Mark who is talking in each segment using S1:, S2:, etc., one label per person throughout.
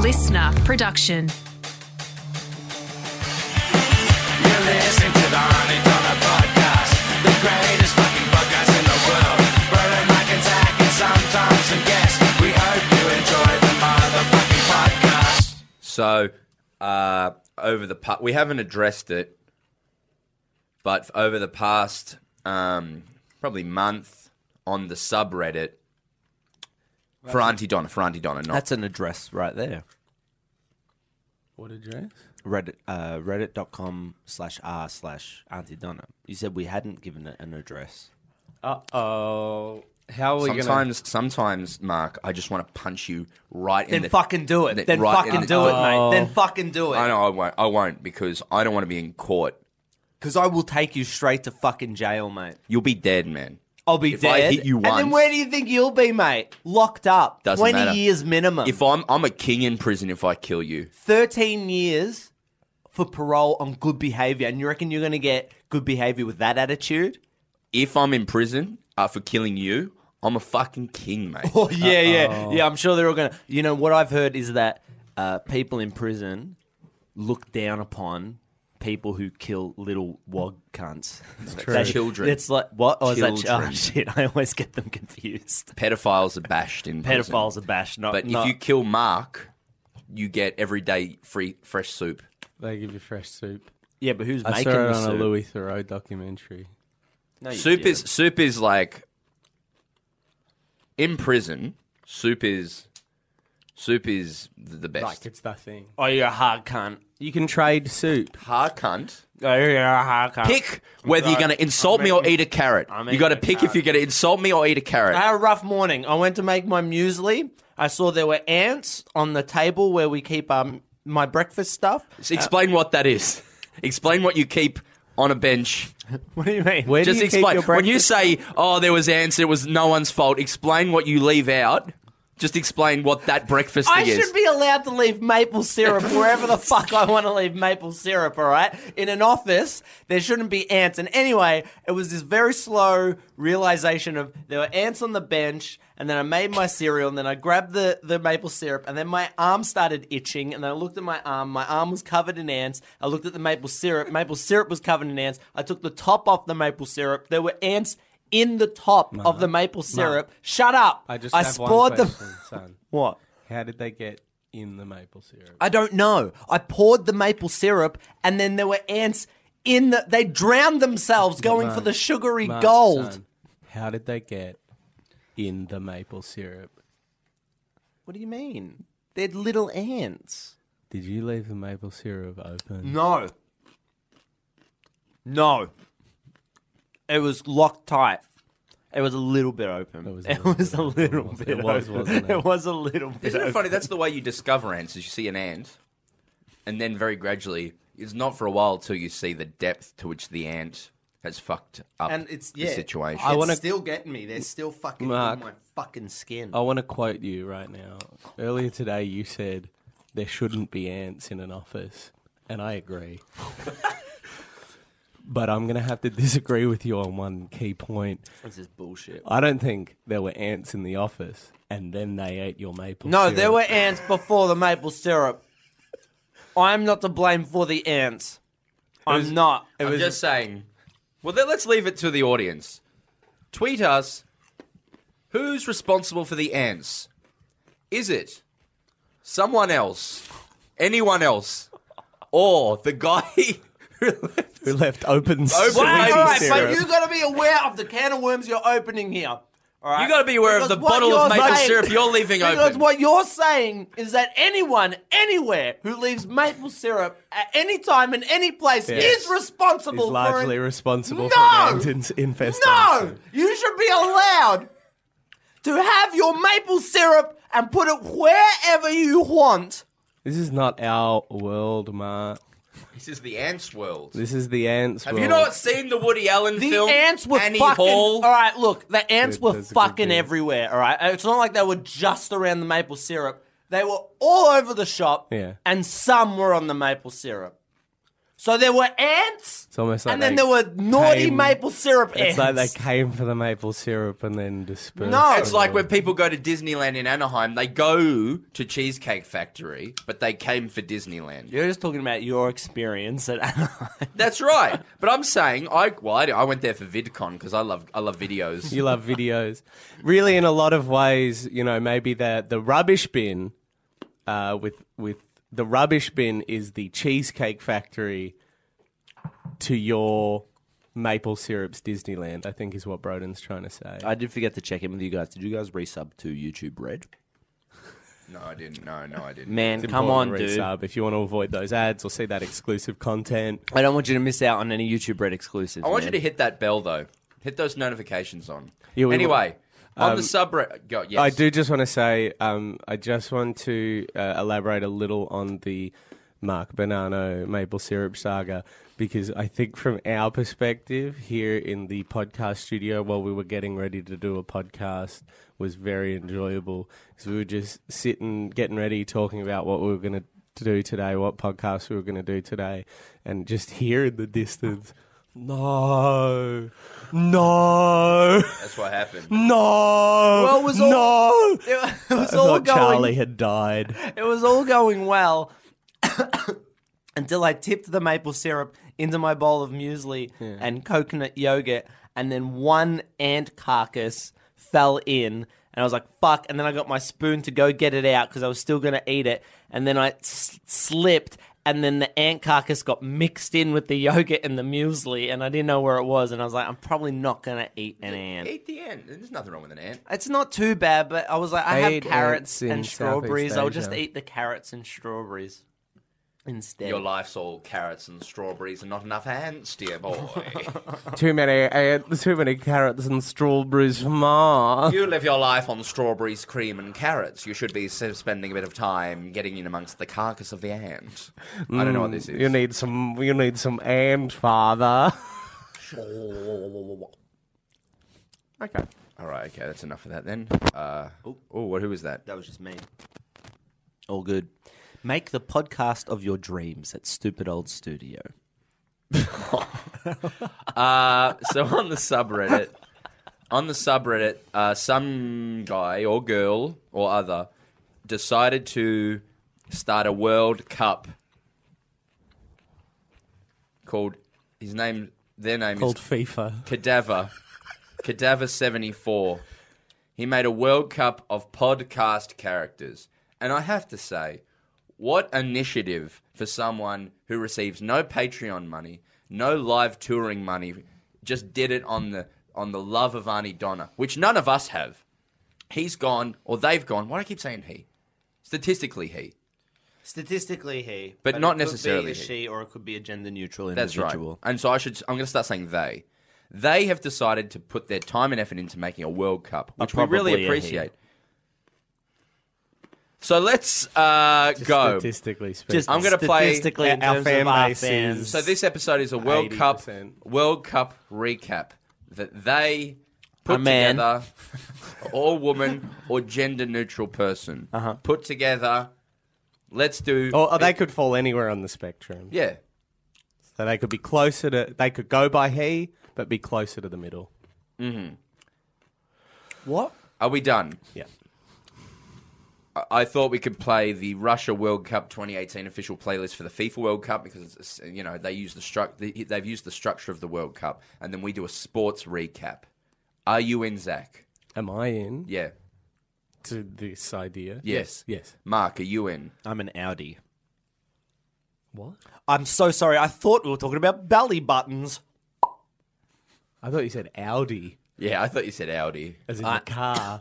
S1: listener production.
S2: You listen to the Honey Dollar Podcast, the greatest fucking podcast in the world. Brian McIntyre and Sam Thompson guest. We hope you enjoy the motherfucking podcast.
S3: So, uh, over the pa- we haven't addressed it, but over the past um, probably month on the subreddit for Auntie Donna, for Auntie Donna, not
S4: That's an address right there.
S5: What address?
S4: Reddit, uh, reddit.com slash r slash Auntie Donna. You said we hadn't given it an address.
S5: Uh oh. How are we gonna?
S3: sometimes. Sometimes, Mark, I just want to punch you right in
S4: Then
S3: the
S4: fucking do it.
S3: that-
S4: Then
S3: right in
S4: fucking
S3: the-
S4: do it, mate.
S5: Oh.
S4: Then fucking do
S3: I
S4: it.
S3: know I won't. I won't because I don't want to be in court.
S4: Because I will take you straight to fucking jail, mate.
S3: You'll be dead, man.
S4: I'll be
S3: If I
S4: dead.
S3: hit you
S4: And then
S3: once-
S4: where do you think you'll be, mate? Locked up.
S3: Doesn't
S4: 20
S3: matter.
S4: years minimum.
S3: If I'm, I'm a king in prison. If I kill you,
S4: 13 years for parole on good behavior. And you reckon you're going to get good behavior with that attitude?
S3: if I'm in prison uh, for killing you, I'm a fucking king, mate.
S4: Oh yeah, yeah, yeah. I'm sure they're all gonna. You know what I've heard is that uh, people in prison look down upon people who kill little wog cunts.
S5: true.
S4: They-
S3: Children.
S4: It's like what? Oh, is that ch- oh,
S3: Children.
S4: shit? I always get them confused.
S3: Pedophiles are bashed in prison.
S4: Pedophiles are bashed. Not,
S3: But
S4: not-
S3: if you kill Mark, you get every day free fresh soup.
S5: They give you fresh soup.
S4: yeah, but who's
S5: I
S4: making
S5: saw it
S4: the
S5: on
S4: soup?
S5: a Louis Thoreau documentary.
S4: No, you
S3: soup is
S4: didn't.
S3: soup is like in prison. Soup is soup is th- the best.
S5: Like it's that thing.
S4: Oh, you're a hard cunt.
S5: You can trade soup.
S3: Hard cunt.
S4: Oh, you're a hard cunt.
S3: Pick whether you're going to insult me or eat a carrot.
S4: I'm
S3: You got to
S4: eating a
S3: pick if
S4: carrot. Ah.
S3: you're going to insult me or eat a carrot.
S4: I had a rough morning. I went to make my muesli. I saw there were ants on the table where we keep um, my breakfast stuff.
S3: S- Explain what that is. Explain what you keep on a bench.
S4: What do you mean?
S5: Where
S3: Just
S5: do you
S3: explain.
S5: Keep your
S3: When you
S5: breakfast?
S3: say, "Oh, there was ants. It was no one's fault," explain what you leave out. Just explain what that breakfast
S4: I
S3: thing is.
S4: should be allowed to leave maple syrup wherever the fuck I want to leave maple syrup, all right? In an office, there shouldn't be ants. And anyway, it was this very slow realization of there were ants on the bench, and then I made my cereal, and then I grabbed the, the maple syrup, and then my arm started itching, and I looked at my arm. My arm was covered in ants. I looked at the maple syrup. Maple syrup was covered in ants. I took the top off the maple syrup. There were ants in the top of the maple syrup. Shut up.
S5: I just I have one
S4: spoiled the-
S5: question, son.
S4: What?
S5: How did they get in the maple syrup?
S4: I don't know. I poured the maple syrup, and then there were ants in the. They drowned themselves going for
S5: Mark,
S4: the sugary
S5: Mark,
S4: gold.
S5: son, how did they get in the maple syrup?
S4: What do you mean? They're little ants.
S5: Did you leave the maple syrup open?
S4: No. No. It was locked tight. It was a little bit open. It
S5: was
S4: was
S5: a
S4: a
S5: little bit
S4: little,
S5: open, wasn't it? It
S4: bit.
S5: was,
S4: open.
S5: wasn't it?
S4: It was a little bit.
S3: Isn't it
S4: open.
S3: funny? That's the way you discover ants. Is you see an ant, and then very gradually, it's not for a while till you see the depth to which the ant has fucked up
S4: And it's
S3: the
S4: yeah.
S3: situation.
S4: I want
S5: wanna-
S4: to still getting me. They're still fucking
S5: Mark. Oh.
S4: in my fucking skin.
S5: I want to quote you right now. Earlier today, you said there shouldn't be ants in an office, and I agree. but I'm going to have to disagree with you on one key point.
S4: This is bullshit.
S5: I don't think there were ants in the office, and then they ate your maple.
S4: No,
S5: syrup.
S4: there were ants before the maple syrup. I'm not to blame for the ants. I'm not.
S3: I'm just saying. Well, then let's leave it to the audience. Tweet us. Who's responsible for the ants? Is it someone else, anyone else, or the guy?
S5: We left open.
S3: Open-
S4: Well,
S3: Maple
S4: all right,
S3: syrup.
S4: but you got to be aware of the can of worms you're opening here. All right.
S3: You got to be aware of
S4: Because
S3: the
S4: what
S3: bottle
S4: you're
S3: of maple
S4: saying-
S3: syrup you're leaving
S4: Because
S3: open.
S4: what you're saying is that anyone, anywhere who leaves maple syrup at any time in any place
S5: Yes.
S4: is responsible
S5: is largely
S4: for it.
S5: responsible
S4: No!
S5: for an ant in- infestation.
S4: No! You should be allowed to have your maple syrup and put it wherever you want.
S5: this is not our world, Mark.
S3: This is the ants world.
S5: This is the ants.
S3: Have
S5: world.
S3: you not seen the Woody Allen
S4: The
S3: film?
S4: ants were
S3: Annie
S4: fucking.
S3: Hall.
S4: All right, look, the ants
S5: Good,
S4: were
S5: that's a good
S4: fucking
S5: deal.
S4: everywhere. All right, it's not like they were just around the maple syrup. They were all over the shop.
S5: Yeah.
S4: and some were on the maple syrup. So there were ants,
S5: It's almost like
S4: and then
S5: they
S4: there were naughty
S5: came-
S4: maple syrup
S5: It's
S4: ants.
S5: like they came for the maple syrup and then dispersed.
S4: No.
S3: It's like when people go to Disneyland in Anaheim, they go to Cheesecake Factory, but they came for Disneyland.
S4: You're just talking about your experience at Anaheim.
S3: That's right. But I'm saying I well, I, I went there for VidCon because I love I love videos.
S5: You love videos. Really, in a lot of ways, you know, maybe the the rubbish bin, uh, with with the rubbish bin is the cheesecake factory to your maple syrups Disneyland. I think is what Broden's trying to say.
S6: I did forget to check in with you guys. Did you guys resub to YouTube Red?
S3: No, I didn't. No, no, I didn't.
S4: Man,
S5: It's
S4: come on,
S5: important to
S4: dude.
S5: resub if you want to avoid those ads or see that exclusive content.
S4: I don't want you to miss out on any YouTube Red exclusives.
S3: I want you
S4: man.
S3: to hit that bell though. Hit those notifications on.
S5: Yeah, we
S3: anyway, on the subreddit. Go, yes.
S5: Um, I do just want to say, um, I just want to uh, elaborate a little on the Mark Bonanno maple syrup saga because I think from our perspective here in the podcast studio while we were getting ready to do a podcast was very enjoyable because we were just sitting, getting ready, talking about what we were going to do today, what podcast we were going to do today, and just here in the distance. No, no,
S3: That's what happened.
S5: no.
S4: Well, it was all-
S5: no.
S4: It was
S5: I
S4: all
S5: thought
S4: going.
S5: Charlie had died.
S4: It was all going well until I tipped the maple syrup into my bowl of muesli and coconut yogurt, and then one ant carcass fell in. And I was like, fuck. And then I got my spoon to go get it out because I was still going to eat it. And then I s- slipped, and then the ant carcass got mixed in with the yogurt and the muesli. And I didn't know where it was. And I was like, I'm probably not going to eat an ant.
S3: Eat the ant. There's nothing wrong with an ant.
S4: It's not too bad, but I was like, I
S5: They
S4: have
S5: eat ants
S4: carrots and
S5: in
S4: strawberries.
S5: Southeast
S4: I'll just
S5: Asia.
S4: eat the carrots and strawberries instead.
S3: Your life's all carrots and strawberries and not enough ants, dear boy.
S5: Too many, uh, too many carrots and strawberries for Ma.
S3: you live your life on strawberries, cream, and carrots. You should be s- spending a bit of time getting in amongst the carcass of the ant. I don't know what this is.
S5: Mm, You need some. You need some and father.
S4: okay.
S3: All right, okay, that's enough of that then. Uh, oh, what? Who was that?
S4: That was just me.
S6: All good. Make the podcast of your dreams at Stupid Old Studio.
S3: Uh, so on the subreddit, on the subreddit, uh, some guy or girl or other decided to start a World Cup called his name. Their name
S5: Called
S3: is
S5: FIFA.
S3: Cadaver. Cadaver 74. He made a World Cup of podcast characters. And I have to say, what initiative for someone who receives no Patreon money, no live touring money, just did it on the on the love of Arnie Donna, which none of us have. He's gone, or they've gone. Why do I keep saying he? Statistically, he.
S4: Statistically, he,
S3: But not necessarily
S4: Could be a
S3: he.
S4: she, or it could be a gender neutral
S3: That's
S4: individual.
S3: right. And so I should. I'm going to start saying they. They have decided to put their time and effort into making a World Cup, which we
S6: probably a
S3: really
S6: he.
S3: appreciate. So let's uh, go.
S5: Statistically speaking,
S4: Just
S3: I'm gonna play-
S4: statistically in
S5: Our
S4: terms
S5: fan
S4: of our
S5: base
S4: fans.
S5: is-
S3: So this episode is a World Cup
S5: 80%.
S3: World Cup recap that they put
S4: A man.
S3: together, or woman, or gender neutral person
S4: Uh-huh.
S3: put together. Let's do.
S4: Oh, uh,
S5: or, or they could fall anywhere on the spectrum.
S3: yeah.
S5: So they could be closer to. They could go by he, but be closer to the middle.
S4: what?
S3: Are we done?
S5: Yeah.
S3: I thought we could play the Russia World Cup 2018 official playlist for the FIFA World Cup because it's, you know they use the struct the- they've used the structure of the World Cup and then we do a sports recap. Are you in, Zach?
S5: Am I in
S3: Yeah.
S5: to this idea?
S3: Yes.
S5: Yes.
S3: Mark, are you in?
S6: I'm an Audi.
S5: What?
S4: I'm so sorry. I thought we were talking about belly buttons.
S5: I thought you said Audi,
S3: Yeah, I thought you said Audi.
S5: as in the car.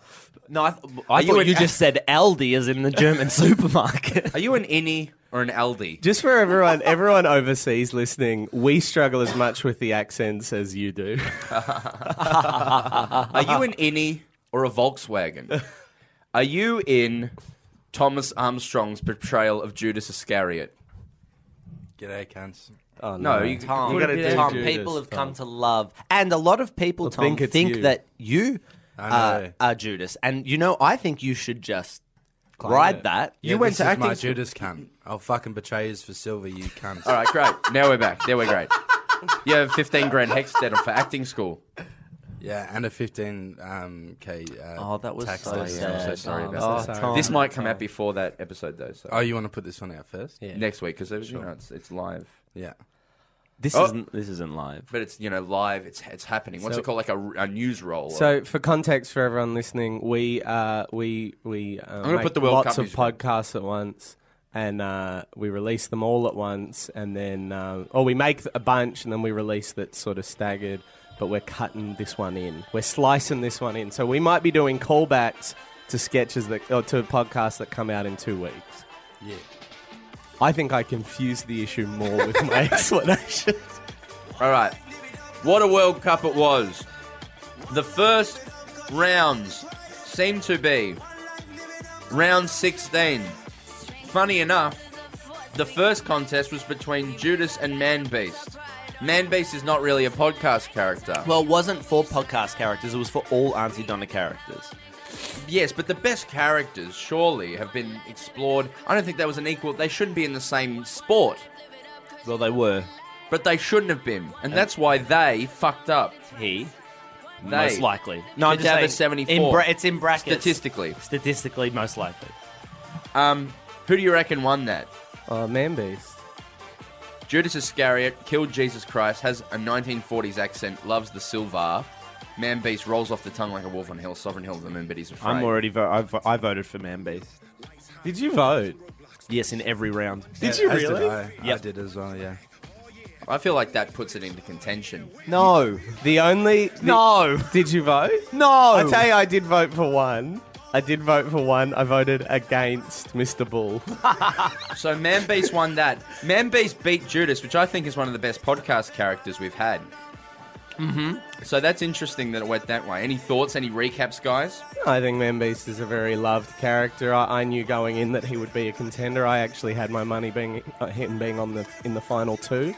S4: No, I, th- I
S3: you
S4: thought
S3: an-
S4: you just said Aldi as in the German supermarket.
S3: Are you an innie or an Aldi?
S5: Just for everyone, everyone overseas listening, we struggle as much with the accents as you do.
S3: Are you an innie or a Volkswagen? Are you in Thomas Armstrong's portrayal of Judas Iscariot?
S2: G'day, cunts.
S5: Oh,
S3: No, you,
S5: You
S4: Tom,
S5: gotta do
S4: Tom,
S5: Judas,
S4: people have
S5: Tom.
S4: come to love, and a lot of people, Tom,
S5: think
S4: think,
S5: it's you.
S4: that you
S2: I
S4: uh,
S2: know.
S4: are Judas, and you know, I think you should just ride
S5: it.
S4: that.
S7: Yeah,
S3: You went
S7: this
S3: to
S7: is
S3: acting
S7: my
S3: school.
S7: Judas cunt. I'll fucking betray you for silver, you cunt.
S3: All right, great. Now we're back. Now we're great. You have 15 grand hex debt for acting school.
S7: Yeah, and a 15 um, k. Uh,
S4: Oh, that was
S7: tax
S4: so
S7: debt.
S4: sad.
S3: I'm so sorry
S4: Oh,
S3: about
S5: I'm
S3: that.
S5: so sorry.
S4: Tom.
S3: This might come out before that episode, though. So
S7: Oh, you want to put this one out first?
S5: Yeah.
S3: next week because you know it's, it's live,
S7: Yeah.
S4: This
S3: Oh.
S4: isn't this isn't live.
S3: but it's you know live. It's it's happening. What's
S5: So-
S3: it called? Like a, a news roll. or-
S5: So, for context for everyone listening, we uh, we we uh,
S3: gonna
S5: make
S3: put the World
S5: lots
S3: Cup
S5: of
S3: music on.
S5: podcasts at once, and uh, we release them all at once, and then um, or we make a bunch, and then we release that sort of staggered. But we're cutting this one in. We're slicing this one in. So we might be doing callbacks to sketches that or to podcasts that come out in two weeks.
S7: Yeah.
S5: I think I confused the issue more with my explanation.
S3: All right. What a World Cup it was. The first rounds seem to be round 16. Funny enough, the first contest was between Judas and Man Beast. Man Beast is not really a podcast character.
S4: Well, it wasn't for podcast characters. It was for all Auntie Donna characters.
S3: Yes, but the best characters surely have been explored. I don't think that was an equal. They shouldn't be in the same sport,
S4: Well, they were.
S3: but they shouldn't have been, and, that's why they fucked up.
S4: He
S3: They,
S4: most likely. No, I'm
S3: Should
S4: just
S3: have a
S4: saying.
S3: 74.
S8: In bra- it's in brackets.
S3: statistically.
S8: Statistically, most likely.
S3: Um, who do you reckon won that?
S5: oh, man, beast.
S3: Judas Iscariot killed Jesus Christ, has a 1940s accent, loves the silver. Man Beast rolls off the tongue like a wolf on hill, sovereign hill of the moon, but he's afraid.
S4: I'm already. Vo- I, vo- I voted for Man Beast.
S5: Did you vote?
S4: Yes, in every round.
S5: Did you
S7: As
S5: really?
S7: Did I. I
S4: Yep.
S7: did as well, yeah.
S3: I feel like that puts it into contention.
S5: No. The only the-
S8: No.
S5: Did you vote?
S8: No.
S5: I tell you, I did vote for one. I did vote for one. I voted against Mr. Bull.
S3: So Man Beast won that. Man Beast beat Judas, which I think is one of the best podcast characters we've had. Mm-hmm. So that's interesting that it went that way. Any thoughts? Any recaps, guys?
S5: I think Man Beast is a very loved character. I, I knew going in that he would be a contender. I actually had my money being uh, him being on the in the final two,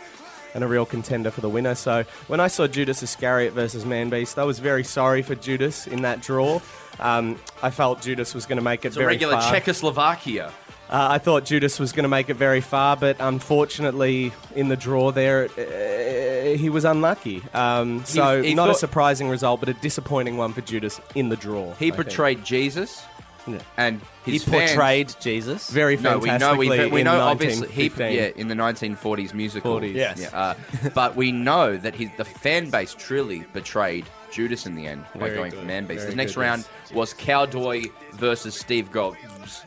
S5: and a real contender for the winner. So when I saw Judas Iscariot versus Man Beast, I was very sorry for Judas in that draw. Um, I felt Judas was going to make it
S3: It's a
S5: very
S3: regular
S5: far.
S3: Czechoslovakia.
S5: Uh, I thought Judas was going to make it very far, but unfortunately, in the draw there, uh, he was unlucky. Um, so,
S3: he
S5: not a
S3: thought-
S5: surprising result, but a disappointing one for Judas in the draw.
S3: He
S5: I
S3: portrayed Jesus,
S5: think. Yeah.
S3: and
S4: He
S3: his fans-
S4: portrayed Jesus.
S5: very
S3: No, we know
S5: fantastically.
S3: we, we
S5: in
S3: know obviously he
S5: 1915.
S3: yeah in the 1940s musical.
S5: 40s.
S4: Yes.
S3: Yeah, uh, but we know that his, the fan base truly betrayed Judas in the end by
S5: Very
S3: going
S5: good.
S3: for Man Beast.
S5: Very
S3: The next
S5: good,
S3: round was Cowboy versus Steve Gobbs.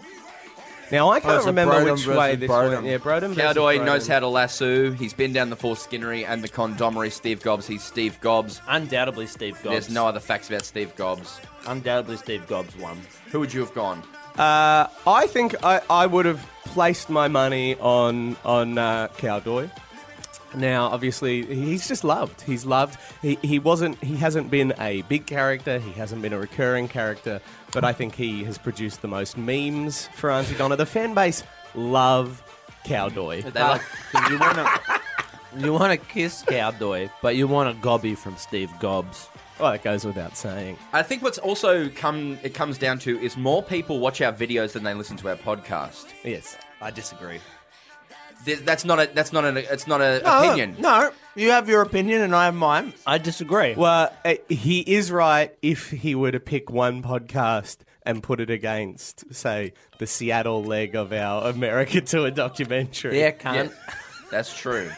S5: Now I can't
S7: it's a
S5: remember
S7: Brodom
S5: which way
S7: versus
S5: this
S7: Brodom.
S5: went. Yeah, Brodom. versus
S3: Cowdoy knows
S5: Brodom.
S3: how to lasso. He's been down the Four Skinnery and the Condomery. Steve Gobbs. He's Steve Gobbs.
S8: Undoubtedly, Steve Gobbs.
S3: There's no other facts about Steve Gobbs.
S8: Undoubtedly, Steve Gobbs won.
S3: Who would you have gone?
S5: Uh, I think I, I would have placed my money on on uh, Cowdoy. Now, obviously, he's just loved. He's loved. He, he wasn't. He hasn't been a big character. He hasn't been a recurring character. But I think he has produced the most memes for Auntie Donna. The fan base love Cowdoy.
S3: They like-
S4: you want to you want to kiss Cowboy, but you want a gobby from Steve Gobbs.
S5: Well, that goes without saying.
S3: I think what's also come it comes down to is more people watch our videos than they listen to our podcast.
S5: Yes.
S4: I disagree.
S3: Th- That's not a that's not an it's not an opinion.
S8: Uh, No, you have your opinion and I have mine. I disagree.
S5: Well, uh, he is right if he were to pick one podcast and put it against, say, the Seattle leg of our America Tour documentary.
S8: yeah, cunt.
S3: Yeah, that's true.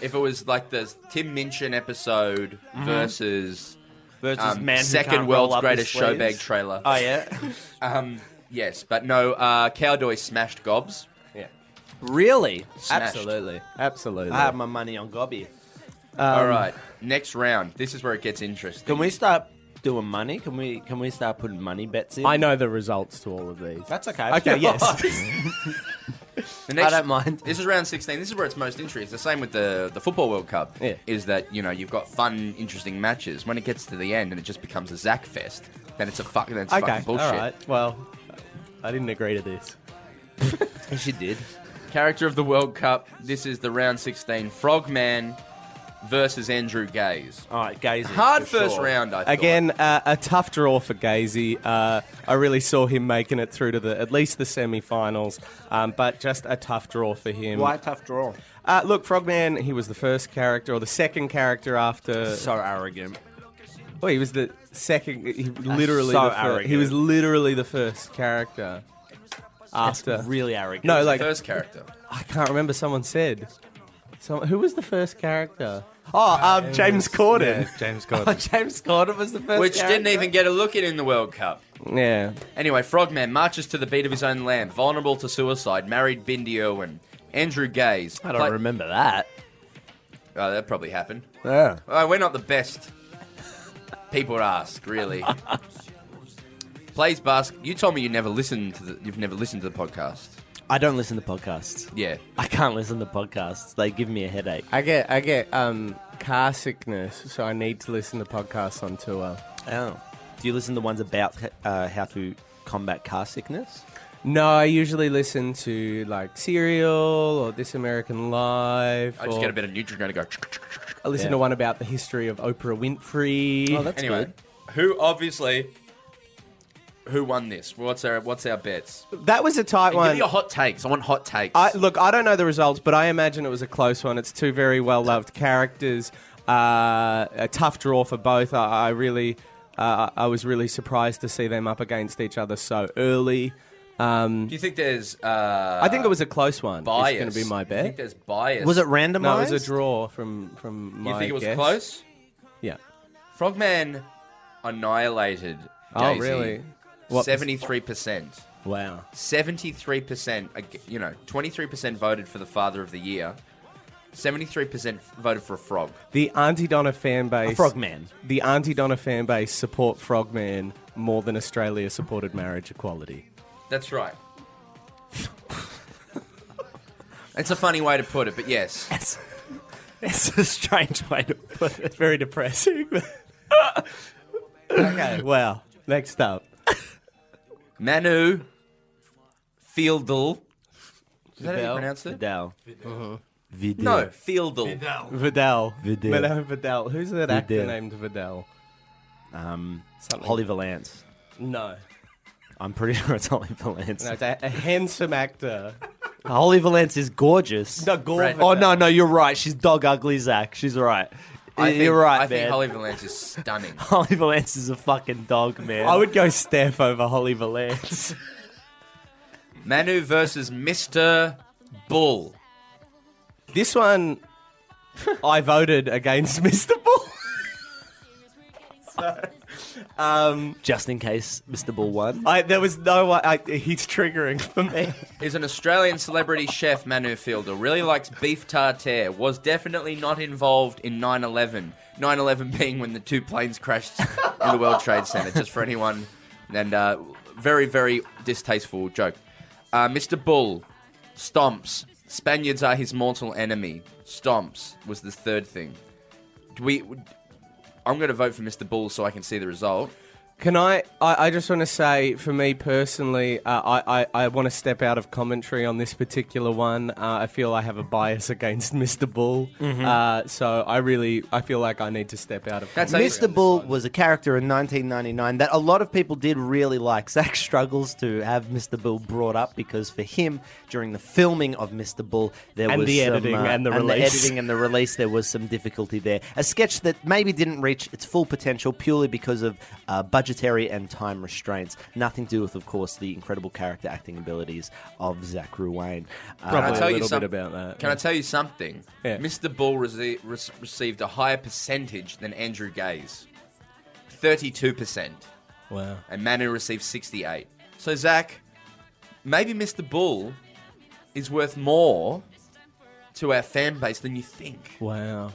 S3: If it was like the Tim Minchin episode versus
S8: Versus
S3: um,
S8: Mm-hmm. man who
S3: second
S8: can't roll
S3: world's
S8: up his
S3: greatest
S8: sleeves.
S3: showbag trailer.
S8: Oh yeah.
S3: Yes, but no, uh, Cowdoy smashed Gobs.
S5: Yeah.
S8: really?
S3: Smashed.
S4: Absolutely.
S5: Absolutely.
S8: I have my money on Gobby. Um,
S3: All right, next round. This is where it gets interesting.
S8: Can we start doing money? Can we? Can we start putting money bets in?
S5: I know the results to all of these.
S8: That's okay.
S5: Okay, yes.
S3: The next-
S8: I don't mind.
S3: This is round 16. This is where it's most interesting. It's the same with the, the Football World Cup.
S5: Yeah.
S3: Is that, you know, you've got fun, interesting matches. When it gets to the end and it just becomes a Zack fest, then it's a fuck, then it's
S5: okay.
S3: fucking bullshit.
S5: All right. Well, I didn't agree to this.
S8: She did.
S3: Character of the World Cup. This is the round 16. Frogman versus Andrew Gaze.
S4: Oh,
S8: All right, Gazy.
S3: Hard
S8: for
S3: first
S8: sure.
S3: round, I thought.
S5: Again, uh, a tough draw for Gazy. Uh, I really saw him making it through to the at least the semi-finals, um, but just a tough draw for him.
S8: Why a tough draw?
S5: Uh, look, Frogman, he was the first character or the second character after.
S8: So arrogant.
S5: Well, he was the second. He literally,
S8: so
S5: the fir- he
S8: arrogant.
S5: was literally the first character after.
S8: Really arrogant.
S5: no, like
S3: First character.
S5: I can't remember. Someone said, some, "Who was the first character?" Oh, um, James Corden.
S7: Yeah, James
S5: Oh,
S7: Corden.
S8: James Corden was the first.
S3: Which didn't
S8: character.
S3: even get a look in in the World Cup.
S5: Yeah.
S3: Anyway, Frogman marches to the beat of his own lamp, vulnerable to suicide, married Bindi Irwin. Andrew Gaze.
S8: I don't
S3: play-
S8: remember that.
S3: Oh, that probably happened.
S7: yeah.
S3: Oh, we're not the best people to ask, really. Plays basket. You told me you never listened to the, you've never listened to the podcast.
S4: I don't listen to podcasts.
S3: Yeah.
S4: I can't listen to podcasts. They give me a headache.
S5: I get I get um, car sickness, so I need to listen to podcasts on tour.
S4: Oh. Do you listen to ones about uh, how to combat car sickness?
S5: No, I usually listen to like Serial or This American Life.
S3: I just
S5: or-
S3: get a bit of Nutrigen and go.
S5: I listen
S4: Yeah.
S5: to one about the history of Oprah Winfrey.
S4: Oh, that's
S3: Anyway,
S4: good.
S3: who obviously who won this? What's our what's our bets?
S5: that was a tight
S3: Give me
S5: one.
S3: your hot takes. I want hot takes.
S5: I, look, I don't know the results, but I imagine it was a close one. It's two very well loved characters. Uh, a tough draw for both. I, I really, uh, I was really surprised to see them up against each other so early. Um,
S3: Do you think there's uh,
S5: I think it was a close one.
S3: bias?
S5: It's going to be my
S3: Do you think
S5: bet.
S3: there's bias?
S4: Was it randomized?
S5: No, it was a draw from from my
S3: You think it was
S5: guess.
S3: close?
S5: Yeah.
S3: Frogman annihilated.
S5: Oh, really? What-
S3: Seventy-three percent.
S5: Wow.
S3: Seventy-three percent. You know, twenty-three percent voted for the Father of the Year. Seventy-three percent voted for a frog.
S5: The Auntie Donna fan base.
S4: Frogman.
S5: The Auntie Donna fan base support Frogman more than Australia supported marriage equality.
S3: That's right. it's a funny way to put it, but yes.
S4: It's, it's a strange way to put it.
S5: Very depressing. okay, well, next up.
S3: Manu Fieldel. Is that how you
S4: Vidal?
S3: pronounce it?
S4: Vidal. Vidal.
S3: No, Fieldel.
S5: Vidal.
S4: Vidal.
S5: Madame Vidal. Who's that actor
S4: Vidal.
S5: named Vidal?
S4: Um, Holly Valance.
S5: No.
S4: I'm pretty sure it's Holly Valance.
S5: No, it's a, a handsome actor.
S4: Holly Valance is gorgeous.
S5: No, Gore
S3: Right.
S5: Vidal.
S4: Oh no, no, you're right. She's dog ugly, Zach. She's right.
S3: I think,
S4: you're right,
S3: I
S4: man.
S3: think Holly Valance is stunning.
S4: Holly Valance is a fucking dog, man.
S5: I would go Steph over Holly Valance.
S3: Manu versus Mr. Bull.
S5: this one, I voted against Mr. Bull. so, um,
S4: just in case Mr. Bull won.
S5: I, there was no one. I, he's triggering for me.
S3: is an Australian celebrity chef, Manu Fielder. Really likes beef tartare. Was definitely not involved in 9 11. 9 11 being when the two planes crashed in the World Trade Center, just for anyone. And uh, very, very distasteful joke. Uh, Mr. Bull stomps. Spaniards are his mortal enemy. Stomps was the third thing. Do we. I'm going to vote for Mr. Bull so I can see the result.
S5: Can I? I, I just want to say, for me personally, uh, I, I, I want to step out of commentary on this particular one. Uh, I feel I have a bias against Mr. Bull, uh, so I really I feel like I need to step out of.
S3: That's
S5: commentary
S3: how you-
S5: on
S4: Mr. Bull was a character in 1999 that a lot of people did really like. Zach struggles to have Mr. Bull brought up because for him, during the filming of Mr. Bull, there
S5: And
S4: was
S5: the
S4: some,
S5: editing
S4: uh,
S5: and the release.
S4: editing and the release, there was some difficulty there. A sketch that maybe didn't reach its full potential purely because of uh, budgetary and time restraints. Nothing to do with, of course, the incredible character acting abilities of Zach Ruane. Uh,
S5: Probably
S3: Can I
S5: a
S3: tell you
S5: little
S3: some-
S5: bit about that.
S3: Can I tell you something?
S5: Yeah.
S3: Mr. Bull rece- re- received a higher percentage than Andrew Gaze, thirty-two percent,
S5: wow.
S3: and Manu received sixty-eight. So Zach, maybe Mr. Bull is worth more to our fan base than you think.
S5: Wow.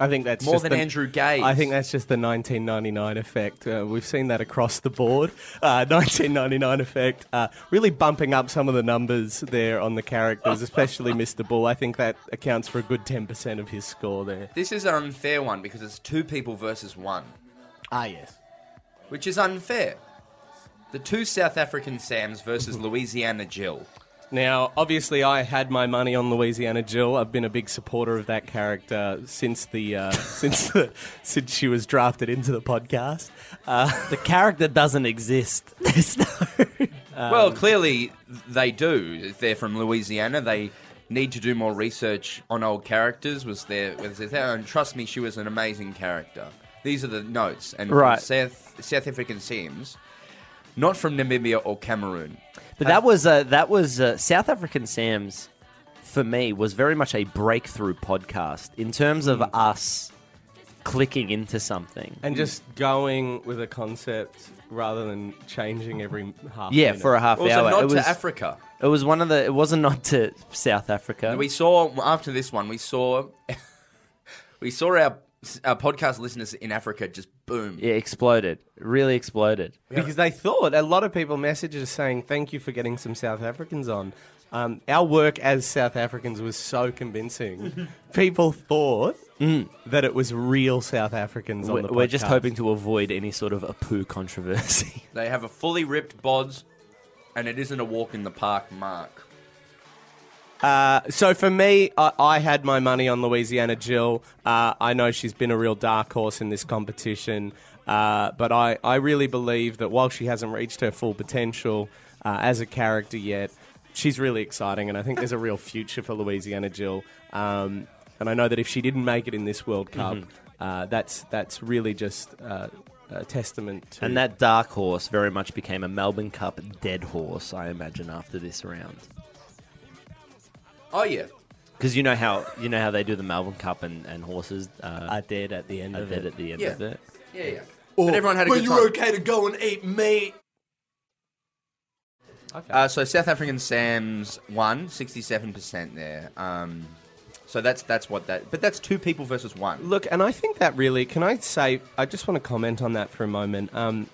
S5: I think that's
S3: More
S5: just
S3: than
S5: the-
S3: Andrew Gaze.
S5: I think that's just the 1999 effect. Uh, we've seen that across the board. Uh, 1999 effect, uh, really bumping up some of the numbers there on the characters, especially Mr. Bull. I think that accounts for a good 10% of his score there.
S3: this is an unfair one because it's two people versus one,
S5: Ah, yes.
S3: which is unfair. The two South African Sams versus Louisiana Jill.
S5: Now, obviously, I had my money on Louisiana Jill. I've been a big supporter of that character since the uh, since the, since she was drafted into the podcast. Uh,
S8: The character doesn't exist. There's no.
S3: well,
S8: Um,
S3: clearly they do. If they're from Louisiana, they need to do more research on old characters. Was there? Was there and trust me, she was an amazing character. These are the notes, and from
S8: Right.
S3: South South African Sims, not from Namibia or Cameroon.
S8: But that was uh, that was uh, South African Sam's for me was very much a breakthrough podcast in terms of us clicking into something.
S5: And just going with a concept rather than changing every half.
S8: Yeah,
S5: minute.
S8: for a half
S3: Also,
S8: hour.
S3: not
S8: it
S3: to
S8: was
S3: Africa.
S8: it was one of the it wasn't not to South Africa.
S3: And we saw after this one, we saw we saw our our podcast listeners in Africa just boom.
S8: it exploded. It really exploded.
S5: because they thought a lot of people messaged us saying thank you for getting some South Africans on. Um, our work as South Africans was so convincing. people thought that it was real South Africans on
S8: We're,
S5: the.
S8: Hmm. we're just
S5: podcast.
S8: hoping to avoid any sort of a poo controversy.
S3: They have a fully ripped bods, and it isn't a walk in the park. Mark.
S5: So for me, I, I had my money on Louisiana Jill. Uh, I know she's been a real dark horse in this competition, uh, but I, I really believe that while she hasn't reached her full potential uh, as a character yet, she's really exciting, and I think there's a real future for Louisiana Jill. Um, and I know that if she didn't make it in this World Cup, uh, that's that's really just uh, a testament to
S8: and that dark horse very much became a Melbourne Cup dead horse, I imagine, after this round.
S3: Oh yeah.
S8: Because you know how you know how they do the Melbourne Cup and, and horses uh,
S5: I did at the end
S8: are
S5: of
S8: dead
S5: it.
S8: at the end
S3: Yeah.
S8: of it.
S3: Yeah, yeah. but everyone had a good time.
S8: okay to go and eat meat.
S3: Uh, so South African Sam's won sixty-seven percent there. Um, so that's that's what that. But that's two people versus one.
S5: Look, and I think that really. Can I say? I just want to comment on that for a moment. Um,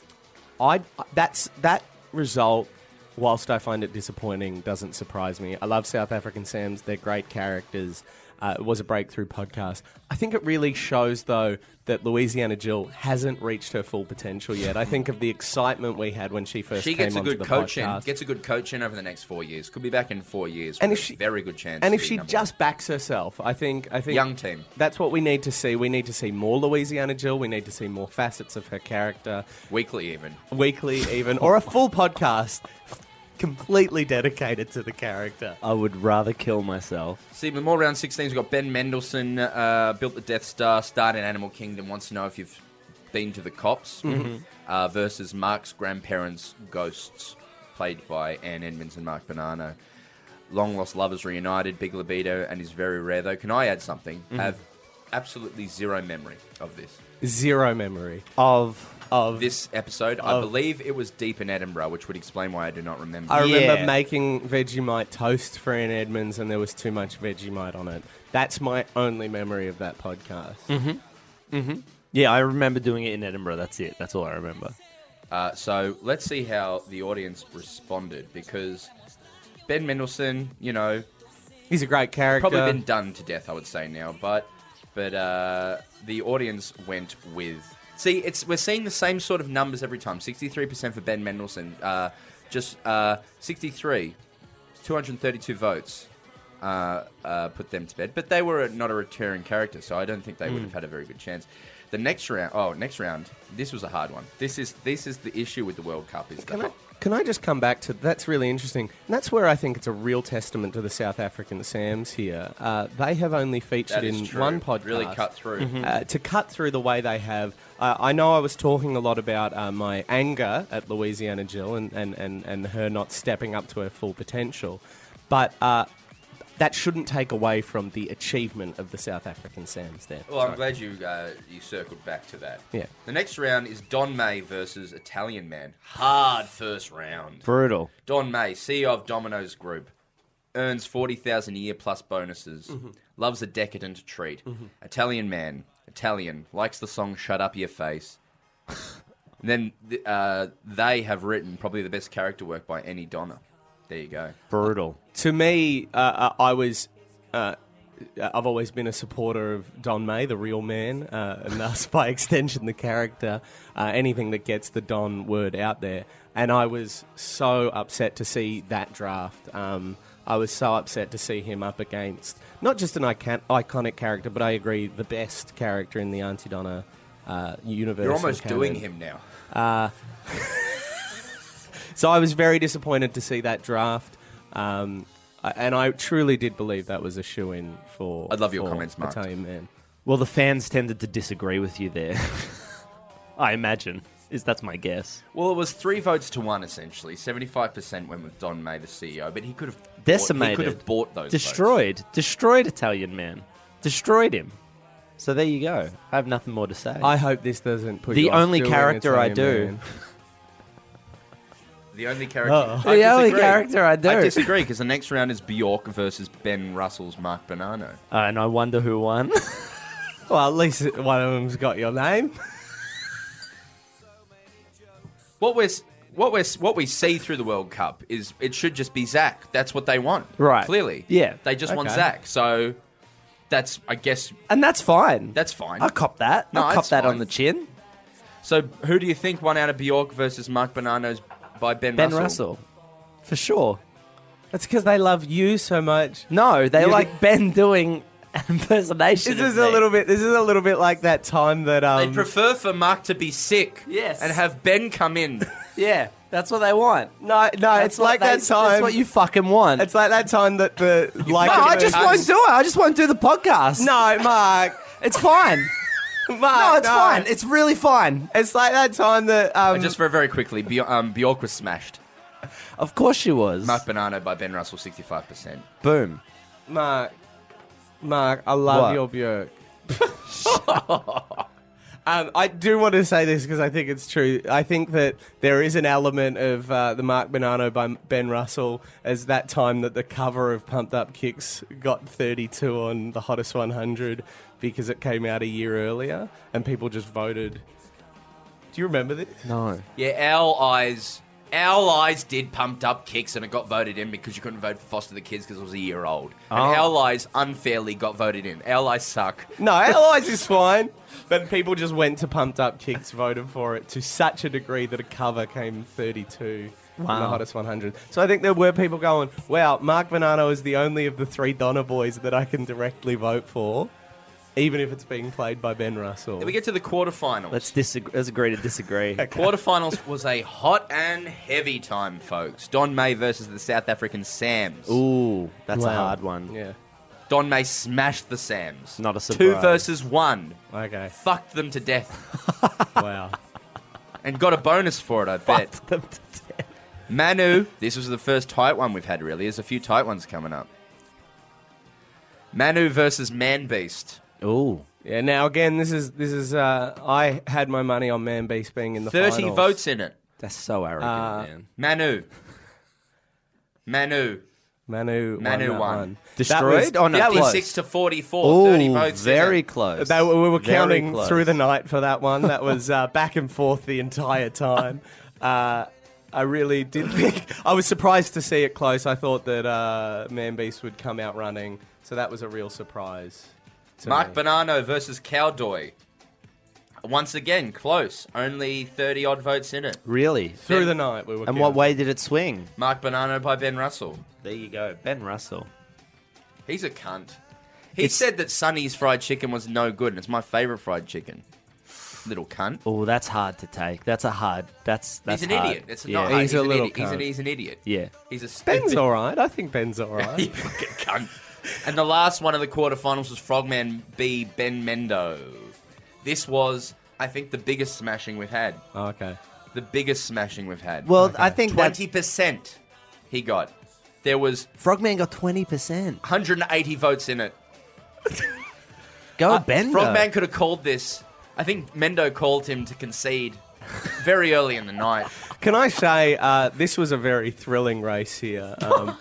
S5: I that's that result. Whilst I find it disappointing, doesn't surprise me. I love South African Sam's; they're great characters. Uh, it was a breakthrough podcast. I think it really shows, though, that Louisiana Jill hasn't reached her full potential yet. I think of the excitement we had when she first
S3: She
S5: came
S3: gets a
S5: onto
S3: good
S5: the
S3: coach in.
S5: podcast.
S3: Gets a good coach in over the next four years. Could be back in four years.
S5: And
S3: with
S5: if
S3: a
S5: she-
S3: very good chance.
S5: And
S3: to
S5: if
S3: be
S5: she
S3: number
S5: just backs herself, I think I think
S3: Young team.
S5: That's what we need to see. We need to see more Louisiana Jill. We need to see more facets of her character,
S3: one. weekly even.
S5: weekly even, or a full podcast completely dedicated to the character.
S8: I would rather kill myself.
S3: See, with more round 16s, we've got Ben Mendelsohn, uh, built the Death Star, starred in Animal Kingdom, wants to know if you've been to the cops, uh, versus Mark's grandparents' ghosts, played by Ann Edmonds and Mark Bonanno. Long lost lovers reunited, big libido, and is very rare, though. Can I add something? I have absolutely zero memory of this.
S5: Zero memory.
S8: Of
S5: Of
S3: This episode, I believe it was deep in Edinburgh, which would explain why I do not remember.
S5: I remember
S8: Yeah.
S5: making Vegemite toast for Ann Edmonds, and there was too much Vegemite on it. That's my only memory of that podcast.
S3: Mm-hmm.
S8: yeah, I remember doing it in Edinburgh. That's it. That's all I remember.
S3: Uh, so let's see how the audience responded, because Ben Mendelsohn, you know,
S5: He's a great character.
S3: probably been done to death, I would say now. But but uh, the audience went with. See, it's we're seeing the same sort of numbers every time. Sixty-three percent for Ben Mendelsohn. Uh, just uh, sixty-three, two hundred thirty-two votes. Uh, uh, put them to bed, but they were not a returning character, so I don't think they would have had a very good chance. The next round, oh, next round, this was a hard one. This is this is the issue with the World Cup is
S5: Can I,
S3: that
S5: can I just come back to that's really interesting? And that's where I think it's a real testament to the South African Sams here. Uh, they have only featured
S3: that is
S5: in
S3: true.
S5: one podcast.
S3: really cut through. Mm-hmm.
S5: Uh, to cut through the way they have. Uh, I know I was talking a lot about uh, my anger at Louisiana Jill and, and, and, and her not stepping up to her full potential, but uh, that shouldn't take away from the achievement of the South African Sams there.
S3: Well, I'm glad you uh, you circled back to that.
S5: Yeah.
S3: The next round is Don May versus Italian Man. Hard first round.
S8: Brutal.
S3: Don May, CEO of Domino's Group, earns forty thousand a year plus bonuses. Loves a decadent treat. Italian Man, Italian, likes the song "Shut Up Your Face." And then th- uh, they have written probably the best character work by any Donna. There you go.
S8: Brutal.
S5: to me, uh, uh, I was uh, I've always been a supporter of Don May, the real man, uh, and thus by extension the character. Uh, anything that gets the Don word out there, and I was so upset to see that draft. Um, I was so upset to see him up against not just an icon- iconic character, but I agree the best character in the Auntie Donna uh, universe.
S3: You're
S5: and
S3: almost
S5: canon.
S3: doing him now.
S5: So I was very disappointed to see that draft, um, I- and I truly did believe that was a shoe in for.
S3: I'd love your
S5: for
S3: comments, Mark.
S5: Italian man.
S8: Well, the fans tended to disagree with you there. I imagine. Is that's my guess.
S3: Well, it was three votes to one essentially. Seventy-five percent went with Don May, the CEO, but he could have bought-
S8: Decimated.
S3: he could have bought those. votes.
S8: Destroyed. Destroyed Italian man. Destroyed him. So there you go. I uh, have nothing more to say.
S5: I hope this doesn't put
S8: The
S5: you off
S8: only
S5: doing
S8: character I
S5: Italian
S8: do.
S5: Man.
S3: The only character. I
S8: The only
S3: disagree.
S8: character I do.
S3: I disagree because the next round is Bjork versus Ben Russell's Mark Bonanno.
S8: Uh, and I wonder who won.
S5: Well, at least one of them's got your name.
S3: What we're s- what we're s- what we see through the World Cup is it should just be Zach. That's what they want,
S8: Right.
S3: Clearly,
S8: Yeah.
S3: They just want
S5: Okay.
S3: Zach. So that's I guess
S8: and that's fine.
S3: that's fine.
S8: I cop that.
S3: No,
S8: I cop
S3: that's
S8: that
S3: fine.
S8: on the chin.
S3: So who do you think won out of Bjork versus Mark Bonanno's by Ben,
S8: Ben
S3: Russell?
S8: Russell. For sure.
S5: That's because they love you so much.
S8: No, they
S5: You-
S8: like Ben doing an impersonation.
S5: This
S8: of
S5: is a
S8: me.
S5: little bit. This is a little bit like that time that
S3: They
S5: um.
S3: prefer for Mark to be sick,
S8: Yes.
S3: and have Ben come in.
S8: Yeah, that's what they want.
S5: no, no,
S8: That's
S5: it's
S8: what
S5: like
S8: they-
S5: that time.
S8: That's what you fucking want.
S5: it's like that time that the like.
S8: no, I just
S3: Us.
S8: won't do it. I just won't do the podcast.
S5: No, Mark.
S8: it's fine.
S5: Mark,
S8: No, it's fine. It's really fine.
S5: It's like that time that um.
S3: Just for very quickly, Bjor- um, Bjork was smashed.
S8: Of course she was.
S3: Mark Bonanno by Ben Russell, sixty-five percent.
S8: Boom.
S5: Mark, Mark, I love
S8: What?
S5: your Bjork. um, I do want to say this because I think it's true. I think that there is an element of uh, the Mark Bonanno by Ben Russell as that time that the cover of Pumped Up Kicks got 32 on the Hottest 100 because it came out a year earlier and people just voted. Do you remember this?
S8: No.
S3: Yeah, our eyes, our eyes did pumped up kicks, and it got voted in because you couldn't vote for Foster the Kids because it was a year old. And
S8: Oh.
S3: our lies unfairly got voted in. Our lies suck.
S5: No, Allies is fine. But people just went to Pumped Up Kicks, voted for it to such a degree that a cover came 32 in the
S8: Wow.
S5: hottest 100. So I think there were people going, wow, Mark Bonanno is the only of the three Donna boys that I can directly vote for, even if it's being played by Ben Russell.
S3: Then we get to the quarterfinals.
S8: Let's disagree. Let's agree to disagree.
S3: Quarterfinals was a hot and heavy time, folks. Don May versus the South African Sams.
S8: Ooh, that's a
S5: Wow.
S8: hard one.
S5: Yeah.
S3: Don May smashed the Sams.
S8: Not a
S3: Two
S8: surprise.
S3: versus one.
S5: Okay.
S3: Fucked them to death
S5: wow.
S3: and got a bonus for it, I bet.
S8: Fucked them to death.
S3: Manu, this was the first tight one we've had, really. There's a few tight ones coming up. Manu versus Man Beast.
S8: Ooh.
S5: Yeah. Now again, this is this is. Uh, I had my money on Man Beast being in the
S3: 30
S5: finals.
S3: votes in it.
S8: That's so arrogant,
S5: Uh,
S8: man.
S3: Manu. Manu.
S5: Manu. won
S3: Manu
S5: that
S3: won.
S5: one. That
S8: Destroyed?
S5: was-
S8: Oh, no,
S3: That was
S8: close.
S3: 6 to 44. 30
S8: Ooh,
S3: votes. in
S8: very
S3: it.
S8: close.
S5: They were, we were
S8: Very
S5: counting
S8: close.
S5: through the night for that one. That was uh, back and forth the entire time. Uh, I really did think. I was surprised to see it close. I thought that uh, Man Beast would come out running, so that was a real surprise. to
S3: Mark
S5: me.
S3: Bonanno versus Cowdoy. Once again, close. Only 30 odd votes in it.
S8: Really?
S5: through the night, we were.
S8: And what
S5: counting.
S8: way did it swing?
S3: Mark Bonanno by Ben Russell.
S8: There you go. Ben Russell.
S3: He's a cunt. He
S8: It's-
S3: said that Sonny's fried chicken was no good, and it's my favourite fried chicken. Little cunt.
S8: Oh, that's hard to take. That's a hard. That's that's
S3: he's an
S8: hard.
S3: idiot. It's
S8: yeah.
S3: not. He's,
S5: He's
S3: an
S5: a little
S3: idiot. He's an,
S5: cunt.
S3: he's an idiot.
S8: Yeah.
S3: He's a stupid
S5: Ben's all right. I think Ben's all
S3: you
S5: right.
S3: fucking cunt. And the last one of the quarterfinals was Frogman B Ben Mendo. This was, I think, the biggest smashing we've had.
S5: Oh, okay.
S3: The biggest smashing we've had.
S8: Well, I think that
S3: twenty percent he got. There was
S8: Frogman got twenty percent.
S3: Uh, 180 votes in it.
S8: Go Ben.
S3: Frogman could have called this. I think Mendo called him to concede very early in the night.
S5: Can I say uh, this was a very thrilling race here, um,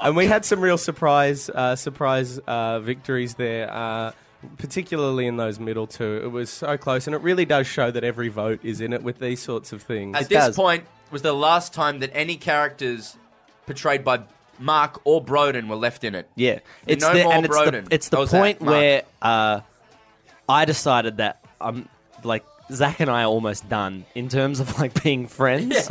S5: and we had some real surprise uh, surprise uh, victories there, uh, particularly in those middle two. It was so close, and it really does show that every vote is in it with these sorts of things.
S3: At this
S8: does.
S3: point, was the last time that any characters portrayed by Mark, or Broden were left in it.
S4: Yeah, it's
S3: no
S4: the,
S3: more
S4: and it's
S3: Broden.
S4: the it's the
S3: How's that,
S4: point
S3: Mark?
S4: where uh, I decided that I'm like Zach and I are almost done in terms of like being friends.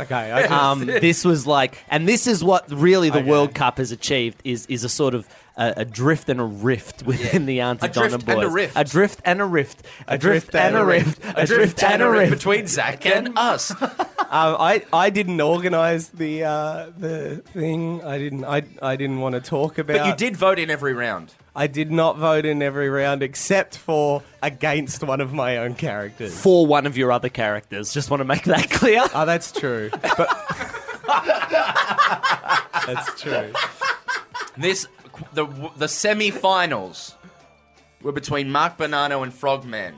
S5: Okay, I just-
S4: um, this was like, and this is what really the
S5: Okay.
S4: World Cup has achieved is is a sort of a, a drift and a rift within the Auntie
S3: A drift
S4: Donna
S3: and
S4: boys.
S3: a rift.
S4: A drift and a rift. A, drift, and a rift.
S3: A drift and a rift between Zach and us.
S5: Um, I, I didn't organise the uh, the thing. I didn't I, I didn't want to talk about.
S3: But you did vote in every round.
S5: I did not vote in every round except for against one of my own characters.
S4: For one of your other characters, just want to make that clear.
S5: Oh, that's true. But that's true.
S3: This the the semi-finals were between Mark Bonanno and Frogman,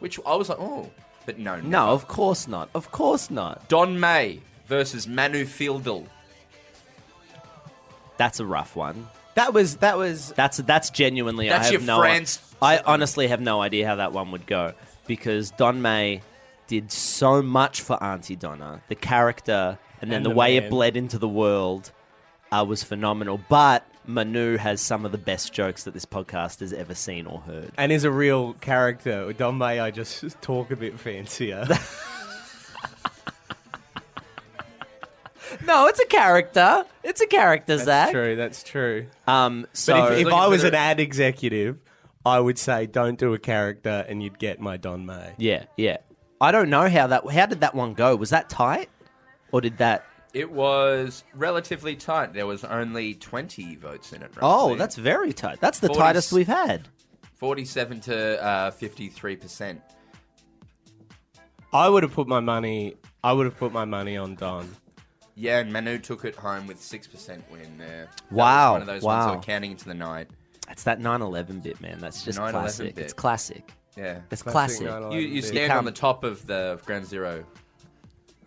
S3: which I was like, oh, but no, never.
S4: No, of course not. Of course not.
S3: Don May versus Manu Fieldel.
S4: That's a rough one.
S5: That was that was
S4: That's that's genuinely.
S3: That's
S4: I have
S3: your
S4: no,
S3: friends.
S4: I honestly have no idea how that one would go because Don May did so much for Auntie Donna, the character, and then
S5: And
S4: the,
S5: the
S4: way it
S5: man.
S4: bled into the world uh, was phenomenal. But Manu has some of the best jokes that this podcast has ever seen or heard.
S5: and is a real character. With Don May, I just talk a bit fancier.
S4: No, it's a character. It's a character,
S5: that's true. That's true.
S4: Um, so
S5: But if, if
S3: looking
S5: I
S3: for
S5: was
S3: the-
S5: an ad executive, I would say don't do a character, and you'd get my Don May.
S4: yeah, yeah. I don't know how that. How did that one go? Was that tight, or did that?
S3: It was relatively tight. There was only twenty votes in it. Roughly.
S4: Oh, that's very tight. That's the
S3: Forty-
S4: tightest we've had.
S3: forty-seven to uh, fifty-three percent.
S5: I would have put my money. I would have put my money on Don.
S3: Yeah, and Manu took it home with six percent win there. That was
S4: Wow,
S3: one of those
S4: wow.
S3: ones that were counting into the night.
S4: It's that 9/11 bit, man. That's just
S3: 9/11
S4: classic.
S3: bit.
S4: It's classic.
S3: Yeah,
S4: It's
S5: Classic
S4: classic.
S5: 9/11.
S3: you, you stand on the top of the Ground Zero.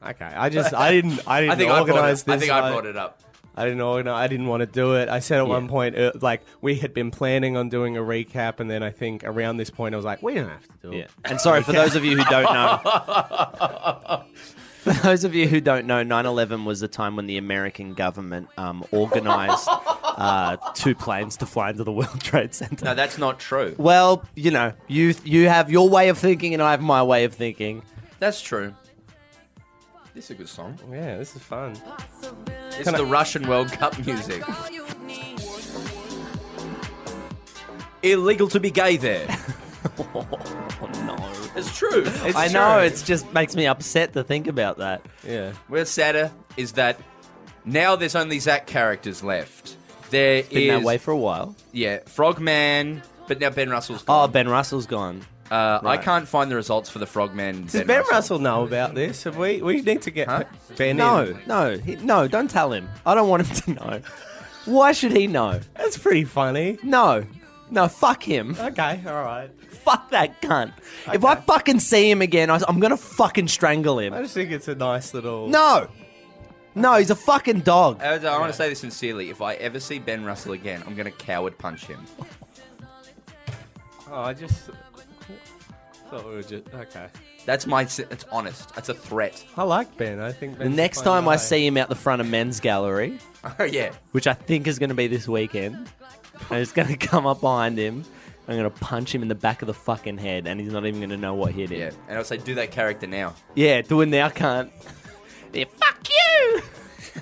S5: Okay, I just I didn't I didn't
S3: I think I brought
S5: organize
S3: it.
S5: this.
S3: I think I brought it up.
S5: I didn't organize. I didn't want to do it. I said at one point uh, like we had been planning on doing a recap, and then I think around this point I was like, we don't have to do
S4: Yeah.
S5: it.
S4: And sorry for those of you who don't know. For those of you who don't know, 9/11 was a time when the American government um, organized uh, two planes to fly into the World Trade Center.
S3: No, that's not true.
S4: well, you know, you you have your way of thinking, and I have my way of thinking.
S3: That's true. This is a good song.
S5: Yeah, this is fun.
S3: It's the Russian World Cup music. Illegal to be gay there.
S4: Oh no!
S3: It's true. It's
S4: I know it's just makes me upset to think about that.
S5: Yeah,
S3: What's sadder is that now there's only Zach characters left. There
S4: Been that
S3: is-
S4: way for a while.
S3: yeah, Frogman, but now Ben Russell's
S4: Oh,
S3: gone.
S4: Ben Russell's gone.
S3: uh, I
S4: right.
S3: can't find the results for the Frogman.
S5: does Ben, Russell. know about this? Have we we need to get
S3: Huh?
S5: Ben
S4: No,
S5: in.
S4: no, he, no, don't tell him. I don't want him to know. Why should he know?
S5: That's pretty funny.
S4: No. No, fuck him.
S5: Okay, all right.
S4: Fuck that cunt. If I fucking see him again, I, I'm gonna fucking strangle
S5: I
S4: him.
S5: just think it's a nice little.
S4: No! No, he's a fucking dog.
S3: I, want to say this sincerely. If I ever see Ben Russell again, I'm going to coward punch him.
S5: Oh, I just thought we were just okay.
S3: That's my. s- It's honest. That's a threat.
S5: I like Ben. I think
S4: The next time I see him out the front of men's gallery,
S3: Oh yeah.
S4: which I think is gonna be this weekend, I'm just gonna come up behind him. I'm gonna punch him in the back of the fucking head, and he's not even gonna know what hit him.
S3: Yeah, and I'll say do that character now.
S4: Yeah, do it now, cunt. yeah, fuck you!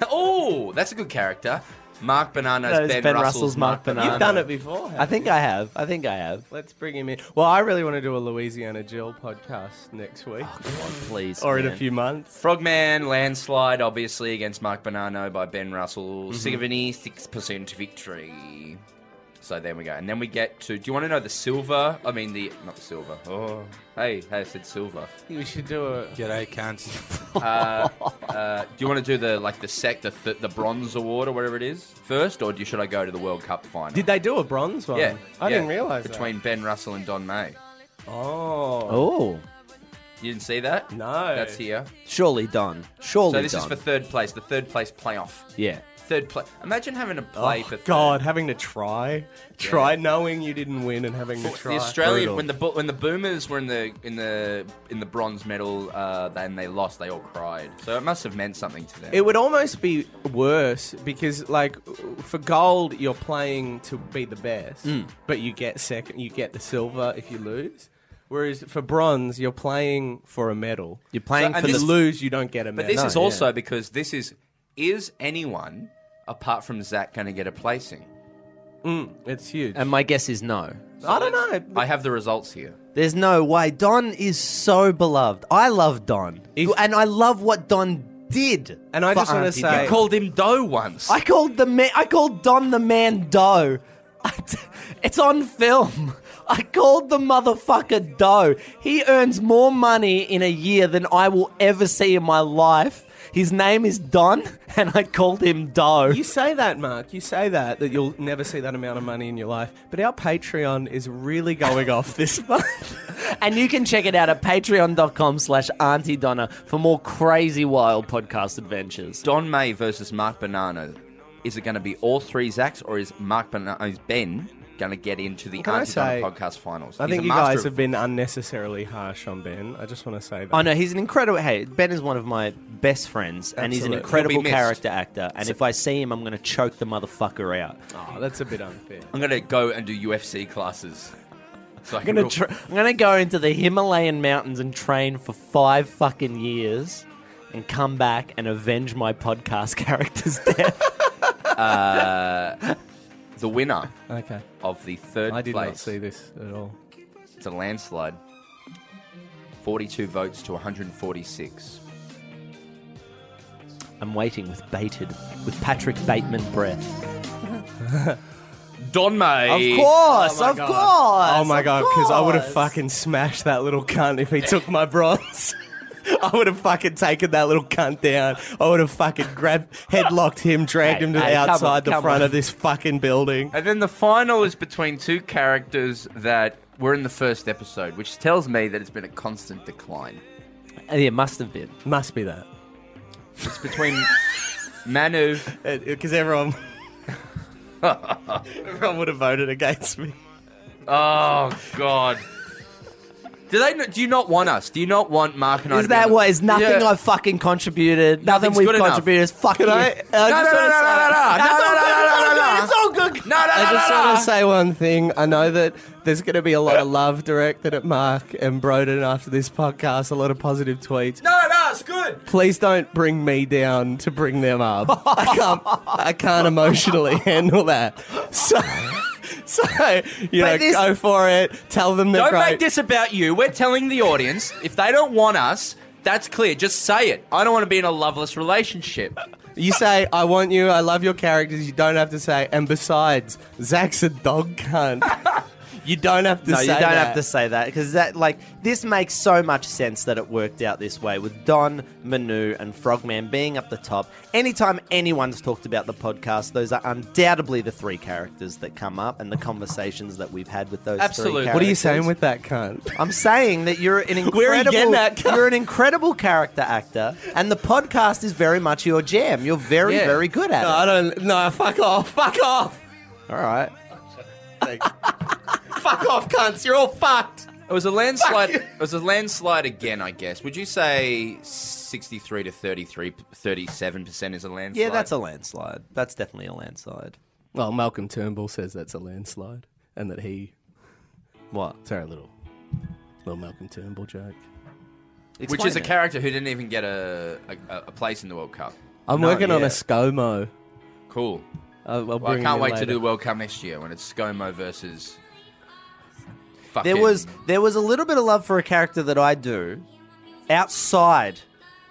S3: oh, that's a good character. Mark Banana's
S4: That is
S3: ben,
S4: Ben
S3: Russell's,
S4: Russell's
S3: Mark
S4: Mark
S3: Banana.
S4: Bonanno.
S5: You've done it before.
S4: I think I have. I think I have.
S5: Let's bring him in. Well, I really want to do a Louisiana Jill podcast next week
S4: Please.
S5: or in a
S4: Oh, man.
S5: few months.
S3: Frogman landslide, obviously against Mark Bonanno by Ben Russell.
S5: Mm-hmm.
S3: Seventy-six percent victory. So there we go, and then we get to. Do you want to know the silver? I mean the not the silver. Oh, hey, hey, I said silver.
S5: We should do a.
S7: G'day, cunt.
S3: Uh, do you want to do the like the sec, the, th- the bronze award or whatever it is first, or do, should I go to the World Cup final?
S5: Did they do a bronze one?
S3: yeah,
S5: I
S3: yeah,
S5: didn't realize
S3: between Ben Russell and Don May.
S5: That. Oh,
S4: Oh,
S3: You didn't see that?
S5: No.
S3: that's here.
S4: surely Don. Surely
S3: So this
S4: Don.
S3: is for third place, the third place playoff.
S4: yeah.
S3: third place. Imagine having to play for third.
S5: Oh, God, having to try, try knowing you didn't win and having to try.
S3: The Australian
S5: Brutal.
S3: when the bo- when the Boomers were in the in the in the bronze medal, uh, then they lost. They all cried. So it must have meant something to them.
S5: It would almost be worse because, like, for gold, you're playing to be the best,
S3: Mm.
S5: but you get second, you get the silver if you lose. Whereas for bronze, you're playing for a medal.
S4: You're playing
S3: So-
S5: and
S4: for
S5: if
S4: the
S5: you lose, you don't get a medal.
S3: but this is also because this is is anyone apart from Zach going to get a placing?
S5: it's huge.
S4: And my guess is no.
S5: I don't know.
S3: I have the results here.
S4: There's no way. Don is so beloved. I love Don.
S5: If-
S4: and I love what Don did.
S5: And I
S4: for
S5: just wanna
S4: Auntie
S5: say-
S4: Di.
S3: Called him Doe once.
S4: I called the man. I called Don the man Doe. I t- it's on film. I called the motherfucker Doe. He earns more money in a year than I will ever see in my life. His name is Don, and I called him Doe.
S5: You say that, Mark. You say that that you'll never see that amount of money in your life. But our Patreon is really going off this month.
S4: and you can check it out at patreon.com slash Auntie Donna for more crazy wild podcast adventures.
S3: Don May versus Mark Bonanno. Is it going to be all three Zachs, or is Mark Bonanno, is Ben going to get into the
S5: Can I
S3: Auntie Donna
S5: say-
S3: podcast finals?
S5: I
S3: He's
S5: think
S3: a
S5: you
S3: master
S5: guys
S3: of-
S5: have been unnecessarily harsh on Ben. I just want to say that.
S4: Oh no, he's an incredible. Hey, Ben is one of my best friends, and he's an
S5: Absolutely.
S4: incredible
S3: He'll be missed.
S4: character actor. And if I see him, I'm going to choke the motherfucker out.
S5: Oh, that's a bit unfair.
S3: I'm going to go and do UFC classes. So I
S4: I'm
S3: can
S4: gonna,
S3: real-
S4: tr- I'm gonna go into the Himalayan mountains and train for five fucking years, and come back and avenge my podcast character's death.
S3: the winner
S5: Okay.
S3: of the third
S5: I did
S3: place.
S5: not see this at all.
S3: It's a landslide. 42 votes to 146.
S4: I'm waiting with bated, with Patrick Bateman breath.
S3: Don May.
S4: course,
S5: my
S4: of
S5: God.
S4: course.
S5: Oh my god, because I would have
S4: course.
S5: fucking smashed that little cunt if he took my bronze. I would have fucking taken that little cunt down. I would have fucking grabbed, headlocked him, dragged
S4: Hey,
S5: him to
S4: hey,
S5: the
S4: come on,
S5: outside, the
S4: come
S5: front
S4: on.
S5: of this fucking building.
S3: And then the final is between two characters that were in the first episode, which tells me that it's been a constant decline.
S4: Uh, Yeah, must have been.
S5: Must be that.
S3: It's between Manu.
S5: Because uh, everyone. everyone would have voted against me.
S3: Oh, God. Do they? Do you not want us? Do you not want Mark and I?
S4: Is
S3: to be
S4: that
S3: on the-
S4: what? Is nothing
S3: Yeah.
S4: I've fucking contributed? Nothing
S3: Nothing's
S4: we've
S3: good enough.
S4: contributed is fucking.
S5: Can I-
S3: No,
S5: I
S3: no,
S5: just
S3: no, no,
S5: wanna
S3: no,
S5: say-
S3: no, no,
S4: That's all good, it's all
S3: no, no, no,
S4: good,
S3: no.
S4: it's all good.
S3: No, no,
S5: I
S3: no,
S5: just
S3: no,
S5: want
S3: no.
S5: to say one thing. I know that there's going to be a lot of love directed at Mark and Broden after this podcast, a lot of positive tweets.
S3: No, no, it's good.
S5: Please don't bring me down to bring them up. I can't, I can't emotionally handle that. So, so you know,
S4: But this-
S5: go for it. Tell them they're
S3: Don't
S5: great.
S3: make this about you. We're telling the audience if they don't want us, that's clear. Just say it. I don't want to be in a loveless relationship.
S5: You say, I want you, I love your characters. You don't have to say, and besides, Zach's a dog cunt. you don't have to
S4: No,
S5: say
S4: you don't
S5: that.
S4: have to say that because that like this makes so much sense that it worked out this way with Don, Manu, and Frogman being up the top. Anytime anyone's talked about the podcast, those are undoubtedly the three characters that come up and the conversations that we've had with those.
S3: Absolutely.
S4: Three
S5: What are you
S4: characters.
S5: saying with that cunt?
S4: I'm saying that you're an
S5: Where are you getting
S4: incredible.
S5: that?
S4: you're an incredible character actor, and the podcast is very much your jam. You're very,
S3: Yeah.
S4: very good at
S5: No, I don't. No, fuck off. Fuck off.
S4: it. All right.
S5: Fuck off, cunts. You're all fucked.
S3: It was a landslide. It was a landslide again, I guess. Would you say 63 to 33, 37% is a landslide?
S4: Yeah, that's a landslide. That's definitely a landslide.
S5: Well, Malcolm Turnbull says that's a landslide and that he.
S4: What?
S5: Sorry, little. Little Malcolm Turnbull joke.
S3: Which is a
S4: Explain it.
S3: character who didn't even get a, a, a place in the World Cup.
S5: I'm
S4: No,
S5: working on a
S4: yeah.
S5: ScoMo.
S3: Cool.
S5: I'll, I'll
S3: Well, I
S5: bring it
S3: can't
S5: in
S3: wait
S5: later.
S3: to do the World Cup next year when it's ScoMo versus. Fucking
S4: There was there was a little bit of love for a character that I do outside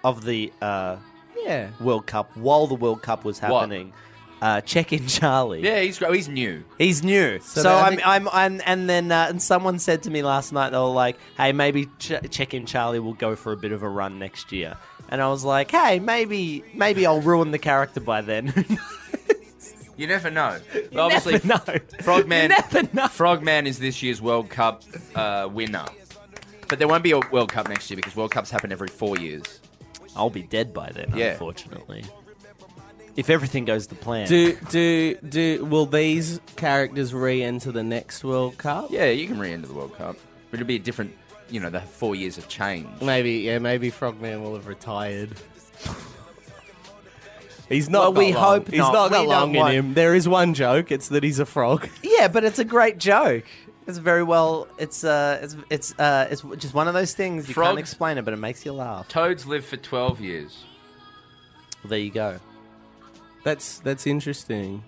S4: of the uh,
S5: Yeah.
S4: World Cup while the World Cup was happening. Uh, check in Charlie.
S3: Yeah, he's great. He's new.
S4: He's new, so,
S5: then I
S4: I'm,
S5: think-
S4: I'm I'm and then uh, and someone said to me last night they were like, "Hey, maybe Ch- check in Charlie will go for a bit of a run next year," and I was like, "Hey, maybe maybe I'll ruin the character by then."
S3: You never know. Obviously,
S4: no,
S3: Frogman.
S4: never know.
S3: Frogman is this year's World Cup uh, winner. But there won't be a World Cup next year because World Cups happen every four years.
S4: I'll be dead by then,
S3: Yeah.
S4: unfortunately. If everything goes to plan.
S5: Do do do? Will these characters re-enter the next World Cup?
S3: Yeah, you can re-enter the World Cup, but it'll be a different. You know, the four years have changed.
S5: Maybe yeah. Maybe Frogman will have retired. He's
S4: Well,
S5: not.
S4: we
S5: got
S4: hope
S5: long. He's
S4: not.
S5: not
S4: We
S5: got
S4: don't
S5: long in
S4: want-
S5: him. There is one joke. It's that he's a frog.
S4: Yeah, but it's a great joke. It's very well. It's uh, it's it's uh, it's just one of those things you
S3: Frogs-
S4: can't explain it, but it makes you laugh.
S3: Toads live for twelve years.
S4: Well, there you go.
S5: That's that's interesting.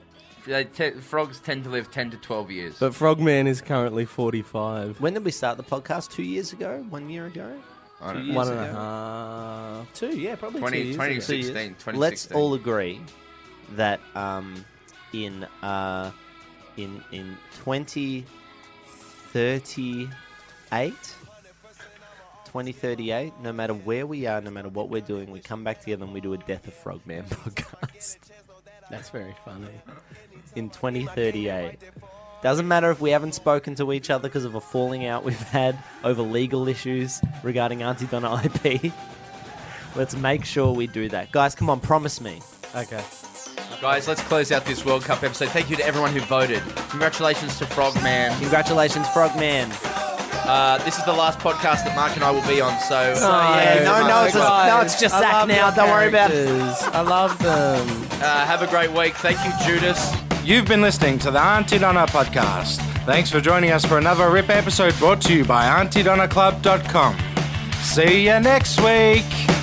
S3: They te- frogs tend to live ten to twelve years.
S5: But Frogman is currently forty-five.
S4: When did we start the podcast? Two years ago? One year ago?
S3: I
S4: Two
S3: don't
S4: years
S3: know.
S5: One and
S4: ago?
S5: a half.
S4: Two, yeah, probably two
S3: 20 2016,
S4: years. ago. Two years.
S3: 2016.
S4: Let's all agree that um, in uh, in in twenty thirty eight. 2038, no matter where we are, no matter what we're doing, we come back together and we do a Death of Frogman podcast.
S5: That's very funny.
S4: in 2038. Doesn't matter if we haven't spoken to each other because of a falling out we've had over legal issues regarding Auntie Donna IP. Let's make sure we do that. Guys, come on, promise me.
S5: Okay.
S3: Guys, let's close out this World Cup episode. Thank you to everyone who voted. Congratulations to Frogman.
S4: Congratulations, Frogman.
S3: Uh, this is the last podcast that Mark and I will be on, so.
S4: yeah, no, no, it's just, no, it's just Zach now. Don't worry about it.
S5: I love them.
S3: Uh, have a great week. Thank you, Judas.
S2: You've been listening to the Auntie Donna podcast. Thanks for joining us for another RIP episode brought to you by AuntieDonnaClub.com. See you next week.